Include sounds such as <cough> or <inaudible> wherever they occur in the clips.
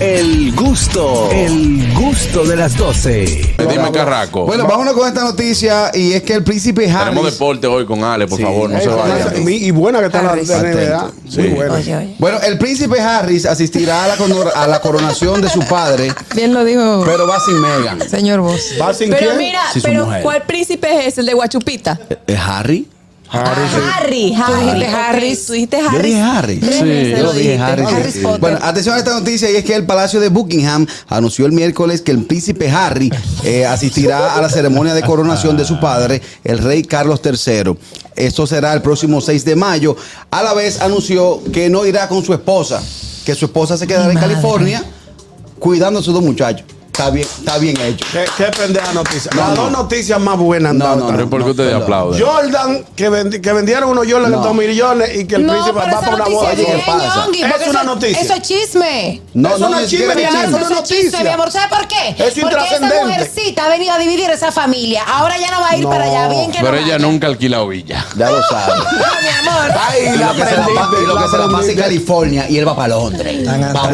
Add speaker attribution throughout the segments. Speaker 1: El gusto, el gusto de las 12.
Speaker 2: Dime, Carraco.
Speaker 3: Bueno, vámonos con esta noticia y es que el príncipe Harry.
Speaker 2: Tenemos deporte hoy con Ale, por favor, no
Speaker 4: Ey,
Speaker 2: se
Speaker 4: con
Speaker 2: vayan.
Speaker 4: esa- mi- y buena que está la
Speaker 5: Harris.
Speaker 4: NBA.
Speaker 2: Sí.
Speaker 4: Muy buena.
Speaker 5: Oye, oye.
Speaker 3: Bueno, el príncipe Harris asistirá a la, conor- a la coronación de su padre,
Speaker 5: Bien lo dijo
Speaker 3: pero va sin Meghan.
Speaker 5: señor Vos.
Speaker 4: ¿Va sin
Speaker 6: Pero
Speaker 4: quién?
Speaker 6: mira,
Speaker 1: Si su
Speaker 6: pero
Speaker 1: mujer.
Speaker 6: ¿cuál príncipe es el de Guachupita?
Speaker 1: ¿Es Harry?
Speaker 6: Harry, Harry.
Speaker 5: dijiste
Speaker 6: ok,
Speaker 5: Harris.
Speaker 6: Tú dijiste
Speaker 3: Yo
Speaker 6: Harry.
Speaker 3: dije Harry.
Speaker 6: Tres veces
Speaker 3: yo
Speaker 6: lo
Speaker 3: dije
Speaker 6: dijiste.
Speaker 3: Harry.
Speaker 5: Harry
Speaker 3: sí.
Speaker 5: Potter.
Speaker 3: Bueno, atención a esta noticia y es que el Palacio de Buckingham anunció el miércoles que el príncipe Harry eh, asistirá a la ceremonia de coronación de su padre, el rey Carlos III. Esto será el próximo 6 de mayo. A la vez anunció que no irá con su esposa, que su esposa se quedará
Speaker 5: Mi
Speaker 3: en
Speaker 5: madre.
Speaker 3: California cuidando a sus dos muchachos. Está bien, está bien hecho.
Speaker 4: Qué, qué pendeja noticia.
Speaker 3: No,
Speaker 4: Las
Speaker 3: no.
Speaker 4: dos noticias más buenas.
Speaker 3: No,
Speaker 4: andaron.
Speaker 3: no,
Speaker 2: Pero ¿por qué
Speaker 3: no,
Speaker 2: ustedes
Speaker 3: perdón.
Speaker 2: aplauden?
Speaker 4: Jordan, que, vendi- que vendieron unos Jordan
Speaker 3: No.
Speaker 4: en dos millones y que el
Speaker 5: no,
Speaker 4: príncipe
Speaker 5: pero
Speaker 4: va
Speaker 5: esa
Speaker 4: por una
Speaker 5: noticia
Speaker 4: boda.
Speaker 5: es
Speaker 3: ¿qué
Speaker 5: bien,
Speaker 3: pasa?
Speaker 5: Ñongui,
Speaker 4: Es
Speaker 5: porque
Speaker 4: una
Speaker 5: eso-
Speaker 4: noticia.
Speaker 5: Eso es chisme.
Speaker 3: No,
Speaker 4: Eso
Speaker 3: no,
Speaker 4: no
Speaker 3: ni
Speaker 4: es
Speaker 3: siquiera
Speaker 4: chisme,
Speaker 3: es
Speaker 4: Diana,
Speaker 3: chisme.
Speaker 4: eso no
Speaker 5: Eso es chisme, mi amor. ¿Sabes por qué?
Speaker 4: Es
Speaker 5: Porque esa
Speaker 4: intrascendente.
Speaker 5: mujercita ha venido a dividir esa familia. Ahora ya no va a ir
Speaker 4: No.
Speaker 5: para allá. Bien que
Speaker 2: Pero
Speaker 5: no
Speaker 2: ella
Speaker 5: vaya.
Speaker 2: nunca ha alquilado villa.
Speaker 3: Ya lo sabes.
Speaker 5: No, mi amor.
Speaker 3: Ay, y
Speaker 4: la
Speaker 3: lo que se la
Speaker 4: aprendiste,
Speaker 3: pa- y lo
Speaker 4: la
Speaker 3: que se la pasa en
Speaker 4: aprendiste.
Speaker 3: California y él va para Londres. Pa'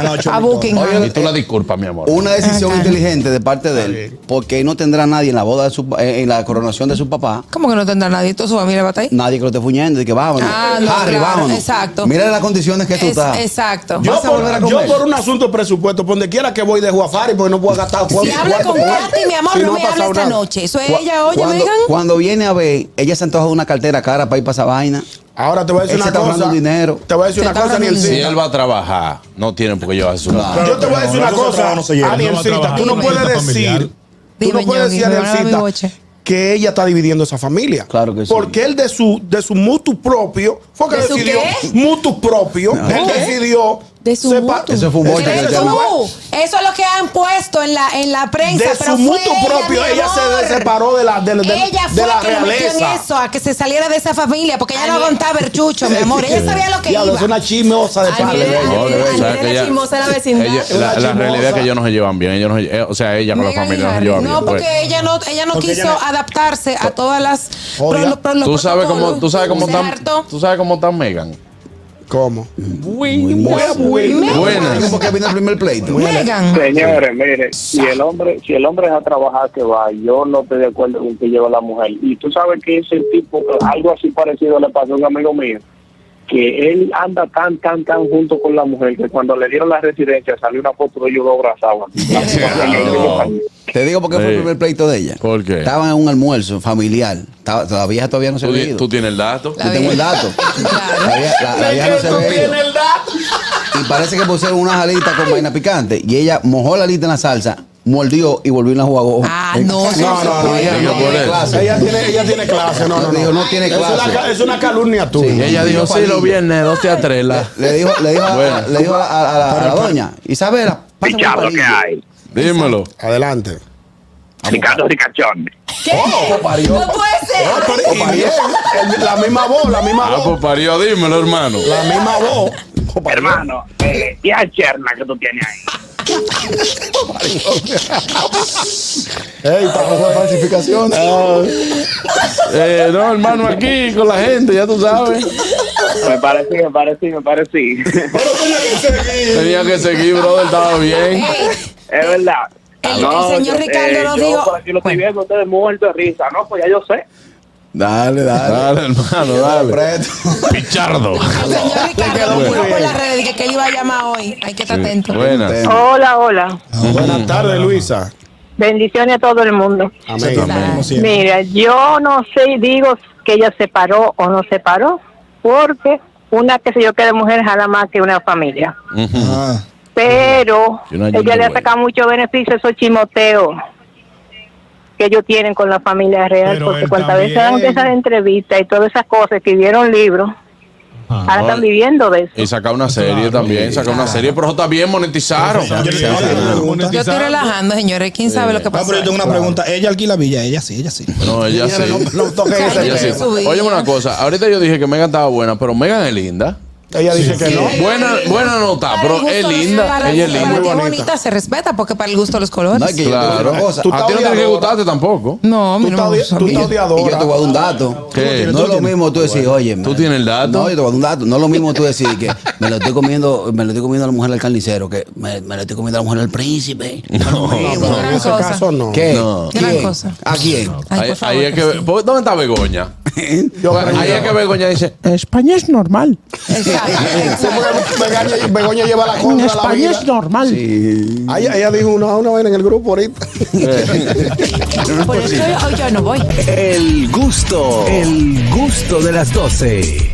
Speaker 3: Buckingham.
Speaker 5: A Buckingham.
Speaker 2: Y tú la disculpas, mi amor.
Speaker 3: Una decisión
Speaker 5: Ajá.
Speaker 3: inteligente de parte de él, porque no tendrá nadie en la boda de su pa- eh, en la coronación de su papá.
Speaker 5: ¿Cómo que no tendrá nadie? ¿Toda su familia va a estar ahí?
Speaker 3: Nadie que lo esté fuñendo y que vámonos.
Speaker 5: Ah, no,
Speaker 3: Harry,
Speaker 5: claro,
Speaker 3: vámonos.
Speaker 5: exacto.
Speaker 3: Mira las condiciones que tú
Speaker 5: Es-
Speaker 3: estás.
Speaker 5: exacto.
Speaker 4: Yo
Speaker 3: ¿Vas a volver a
Speaker 4: por,
Speaker 3: comer?
Speaker 4: yo por un asunto de presupuesto, por donde quiera que voy dejo a Fari porque no puedo gastar
Speaker 5: Si habla con Katy, mi amor,
Speaker 4: Si
Speaker 5: no,
Speaker 4: ha
Speaker 5: me habla
Speaker 4: pasado
Speaker 5: esta
Speaker 4: nada.
Speaker 5: noche. Eso es
Speaker 3: Cu-
Speaker 5: ella, oye,
Speaker 3: cuando,
Speaker 5: Megan.
Speaker 3: cuando viene a ver, ella se antoja de una cartera cara para ir para esa vaina.
Speaker 4: Ahora te voy a decir
Speaker 3: Él se
Speaker 4: una
Speaker 3: está
Speaker 4: cosa.
Speaker 3: ahorrando dinero.
Speaker 4: Te voy a decir
Speaker 5: Se
Speaker 4: una
Speaker 5: está
Speaker 4: cosa,
Speaker 5: ahorrando
Speaker 2: Si
Speaker 4: Nielcita.
Speaker 2: él va a trabajar, no tiene por qué llevarse una.
Speaker 4: Yo te voy a decir una cosa, Anielcita. Tú no
Speaker 5: Dime.
Speaker 4: puedes decir, tú no
Speaker 5: Dime,
Speaker 4: puedes
Speaker 5: Ñongui,
Speaker 4: decir,
Speaker 5: me van a dar mi
Speaker 4: Anielcita,
Speaker 5: boche.
Speaker 4: que ella está dividiendo esa familia.
Speaker 3: Claro que sí.
Speaker 4: Porque él de su, de su mutu propio, fue que
Speaker 5: ¿De su
Speaker 4: decidió,
Speaker 5: qué?
Speaker 4: mutu propio, él
Speaker 5: ¿Qué?
Speaker 4: decidió.
Speaker 6: De su
Speaker 4: sepa-
Speaker 6: mutu.
Speaker 3: Eso fue un boche que le
Speaker 5: Pero
Speaker 4: Ese-
Speaker 3: echaron.
Speaker 5: tú, eso es lo que han puesto en la, en la prensa.
Speaker 4: De
Speaker 5: pero
Speaker 4: su
Speaker 5: fue
Speaker 4: mutu propio,
Speaker 5: mi
Speaker 4: ella
Speaker 5: amor.
Speaker 4: se separó de la, de, de-
Speaker 5: ella
Speaker 4: de
Speaker 5: fue
Speaker 4: la
Speaker 5: la que lo metió en
Speaker 4: realeza.
Speaker 5: eso, a que se saliera de esa familia, porque ella no
Speaker 6: Ay,
Speaker 5: aguantaba berchucho, mi amor. Ella sabía lo que
Speaker 4: Diablo,
Speaker 5: iba.
Speaker 4: Es una chismosa de
Speaker 6: Ay,
Speaker 4: padre. bello.
Speaker 6: mira,
Speaker 2: No, de
Speaker 6: Andrea,
Speaker 2: verdad,
Speaker 6: Andrea
Speaker 2: que
Speaker 6: la
Speaker 2: ella-
Speaker 6: chismosa de la vecindad.
Speaker 2: ella-
Speaker 4: Una
Speaker 2: la, la
Speaker 4: chismosa.
Speaker 2: realidad es que ellos no se llevan bien. Ellos no se- eh, o sea, ella con la
Speaker 5: Meghan y
Speaker 2: familia no se
Speaker 5: Harry.
Speaker 2: lleva bien.
Speaker 5: No,
Speaker 2: pues.
Speaker 5: porque ella no, ella no quiso adaptarse a todas las.
Speaker 4: Odia.
Speaker 5: pro- pro- los
Speaker 2: Tú sabes cómo,
Speaker 5: protocolos.
Speaker 2: tú sabes cómo
Speaker 5: Se
Speaker 2: están,
Speaker 5: hartó.
Speaker 2: tú sabes cómo están Megan.
Speaker 4: ¿Cómo?
Speaker 2: Buenas.
Speaker 3: Digo,
Speaker 2: Buenas.
Speaker 3: porque viene el primer pleito.
Speaker 5: Megan.
Speaker 7: Señores, mire, si el hombre, si el hombre es a trabajar que va, yo no estoy de acuerdo con que lleva la mujer. Y tú sabes que ese tipo, algo así parecido le pasó a un amigo mío, que él anda tan, tan, tan junto con la mujer que cuando le dieron la residencia salió una foto de ellos dos abrazados.
Speaker 2: <laughs> Desgraciado.
Speaker 3: Te digo porque fue
Speaker 2: Sí.
Speaker 3: el primer pleito de ella.
Speaker 2: ¿Por qué?
Speaker 3: Estaban en un almuerzo familiar. Estaba- la vieja todavía no se
Speaker 2: Tú,
Speaker 3: había
Speaker 2: di-
Speaker 3: ido.
Speaker 2: tú tienes el dato.
Speaker 5: La
Speaker 3: Yo tengo el
Speaker 5: vieja.
Speaker 3: dato.
Speaker 5: <laughs> Claro.
Speaker 3: La vieja, la- la vieja no se había ido. Y parece que pusieron unas alitas con vaina picante. Y ella mojó la alita en la salsa, mordió y volvió y la jugó.
Speaker 5: Ah, no,
Speaker 3: Eh,
Speaker 5: no,
Speaker 4: no, no,
Speaker 3: ella
Speaker 2: no,
Speaker 3: no
Speaker 2: por
Speaker 3: tiene
Speaker 2: eso.
Speaker 3: clase.
Speaker 4: Ella tiene, ella tiene clase, no, no,
Speaker 3: Digo,
Speaker 4: no.
Speaker 3: no tiene
Speaker 4: Es una
Speaker 3: clase.
Speaker 4: ca- Es una calumnia tuya.
Speaker 3: Sí.
Speaker 2: Y ella dijo, sí, los viernes, 12 a 3. La.
Speaker 3: Le dijo, le dijo, a-
Speaker 2: Bueno.
Speaker 3: le dijo a, a- a la, a la doña, Isabela, pásame un
Speaker 7: Ricardo,
Speaker 3: palillo.
Speaker 7: ¿qué hay?
Speaker 2: Dímelo.
Speaker 4: Adelante.
Speaker 7: Ricardo Ricachón.
Speaker 5: ¿Qué?
Speaker 4: Oh,
Speaker 5: No puede
Speaker 4: Ah,
Speaker 5: ser.
Speaker 4: pero- y bien, el- la misma voz, la misma
Speaker 2: Ah,
Speaker 4: voz.
Speaker 2: pues parió, dímelo, hermano.
Speaker 8: pues,
Speaker 4: La
Speaker 8: ah.
Speaker 4: misma voz.
Speaker 7: Hermano, eh, ¿y a Cherna que tú tienes ahí?
Speaker 4: Ey, falsificación. Ah.
Speaker 2: Eh, no, hermano, aquí con la gente, ya tú sabes.
Speaker 7: Me parecí, me parecí, me parecí.
Speaker 2: Tenía que seguir, brother, estaba
Speaker 4: <laughs>
Speaker 2: bien.
Speaker 5: Eh.
Speaker 7: Es verdad.
Speaker 5: El- el señor Ricardo nos
Speaker 7: yo
Speaker 5: dijo-
Speaker 7: por aquí lo estoy viendo, ustedes muertos de risa. No, pues ya yo sé.
Speaker 3: Dale, dale.
Speaker 2: Dale, hermano,
Speaker 4: eh,
Speaker 2: dale.
Speaker 3: Preto.
Speaker 2: Pichardo.
Speaker 5: El señor Ricardo
Speaker 4: muy
Speaker 5: juró por
Speaker 4: bien.
Speaker 5: las redes dije que él iba a llamar hoy. Hay que estar atento.
Speaker 2: Buenas.
Speaker 9: Hola, hola.
Speaker 4: Buenas tardes, Luisa.
Speaker 9: Bendiciones a todo el mundo.
Speaker 4: Amén.
Speaker 9: Mira, yo no sé, digo que ella se paró o no se paró, porque una que se yo que de mujer jala más que una familia.
Speaker 4: Ah.
Speaker 9: Pero
Speaker 2: Yo no hay
Speaker 9: ella le
Speaker 2: ningún
Speaker 9: ha
Speaker 2: güey.
Speaker 9: sacado mucho beneficio a esos chimoteos que ellos tienen con la familia real,
Speaker 8: Pero
Speaker 9: porque
Speaker 8: él
Speaker 9: cuantas veces dan
Speaker 8: también.
Speaker 9: esas entrevistas y todas esas cosas, escribieron libros, ahora
Speaker 2: Ay.
Speaker 9: están viviendo de eso.
Speaker 2: Y saca una serie también, saca una serie, pero eso también monetizaron.
Speaker 8: Yo le- yo le-
Speaker 5: Yo estoy relajando, señores. ¿Quién sabe lo que
Speaker 8: No,
Speaker 5: pasó?
Speaker 8: Ah, pero yo tengo una pregunta. Ella alquila villa, ella sí, ella sí.
Speaker 2: No, ella sí.
Speaker 4: No toques
Speaker 5: Cállate,
Speaker 4: ese
Speaker 2: Ella sí.
Speaker 5: Su vida.
Speaker 2: Oye, una cosa, ahorita yo dije que Megan estaba buena, pero Megan es linda.
Speaker 4: Ella dice que no.
Speaker 2: Buena, buena nota,
Speaker 5: Para el
Speaker 2: Ah, pero
Speaker 5: gusto
Speaker 2: es
Speaker 5: de los-
Speaker 2: linda.
Speaker 5: para el-
Speaker 2: Ella es
Speaker 5: para
Speaker 2: linda.
Speaker 5: ti
Speaker 4: muy bonita.
Speaker 5: bonita se respeta porque para el gusto de los colores.
Speaker 3: No,
Speaker 5: No,
Speaker 3: es que yo te voy a decir
Speaker 2: Claro.
Speaker 3: una cosa.
Speaker 4: Tú
Speaker 2: A ti no tiene que
Speaker 4: odiadora.
Speaker 2: gustarte tampoco.
Speaker 5: mi
Speaker 4: Tú estás
Speaker 5: hermano.
Speaker 4: odi- tú estás
Speaker 3: Y yo te
Speaker 4: odiadora.
Speaker 3: voy a dar un dato.
Speaker 2: ¿Qué?
Speaker 3: No
Speaker 2: ¿Tú
Speaker 3: es
Speaker 2: lo
Speaker 3: lo mismo tú decir, oye, man,
Speaker 2: tienes el dato?
Speaker 3: No, yo te voy a dar un dato. No es lo mismo tú decir que me lo estoy comiendo, me lo estoy comiendo a la mujer del carnicero, que me, me lo estoy comiendo a la mujer del príncipe. No,
Speaker 5: no, gran cosa.
Speaker 4: no.
Speaker 3: ¿Qué?
Speaker 2: No.
Speaker 3: ¿Quién?
Speaker 5: Gran cosa.
Speaker 3: ¿A quién?
Speaker 5: Ay, por
Speaker 2: Ahí,
Speaker 5: favor,
Speaker 2: ahí es
Speaker 5: que
Speaker 2: que,
Speaker 5: sí.
Speaker 2: ¿por- ¿Dónde está Begoña?
Speaker 4: Yo
Speaker 2: Ahí es que Begoña dice,
Speaker 8: España es normal.
Speaker 4: Sí,
Speaker 5: Exacto.
Speaker 4: porque Begoña, Begoña lleva la contra a la vida.
Speaker 8: normal.
Speaker 4: Ay, ella dijo una, una vaina en el grupo ahorita.
Speaker 5: Por eso yo- yo no voy.
Speaker 1: El gusto, el gusto de las 12.